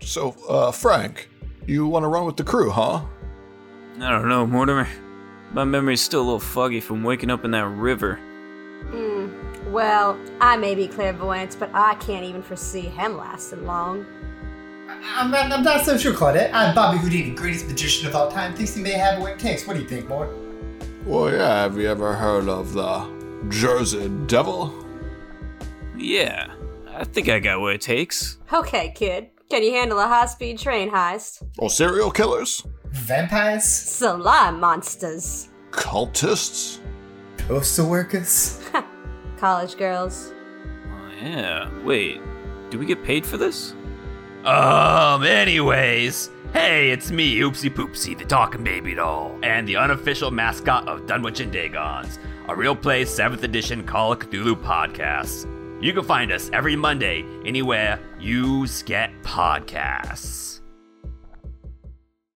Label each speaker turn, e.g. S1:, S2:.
S1: So, uh, Frank, you want to run with the crew, huh?
S2: I don't know, Mortimer. My memory's still a little foggy from waking up in that river.
S3: Hmm. Well, I may be clairvoyant, but I can't even foresee him lasting long.
S4: I'm not, I'm not so sure, Claudette. I'm Bobby Houdini, greatest magician of all time. Thinks he may have what it takes. What do you think, Mort?
S1: Well, yeah, have you ever heard of the Jersey Devil?
S2: Yeah, I think I got what it takes.
S3: Okay, kid. Can you handle a high speed train heist?
S1: Or serial killers?
S4: Vampires?
S3: Slime monsters.
S1: Cultists?
S4: Postal workers?
S3: College girls.
S2: Oh, yeah. Wait, do we get paid for this?
S5: Um, anyways. Hey, it's me, Oopsie Poopsie, the talking baby doll, and the unofficial mascot of Dunwich and Dagons, a real play 7th edition Call of Cthulhu podcast. You can find us every Monday anywhere you get podcasts.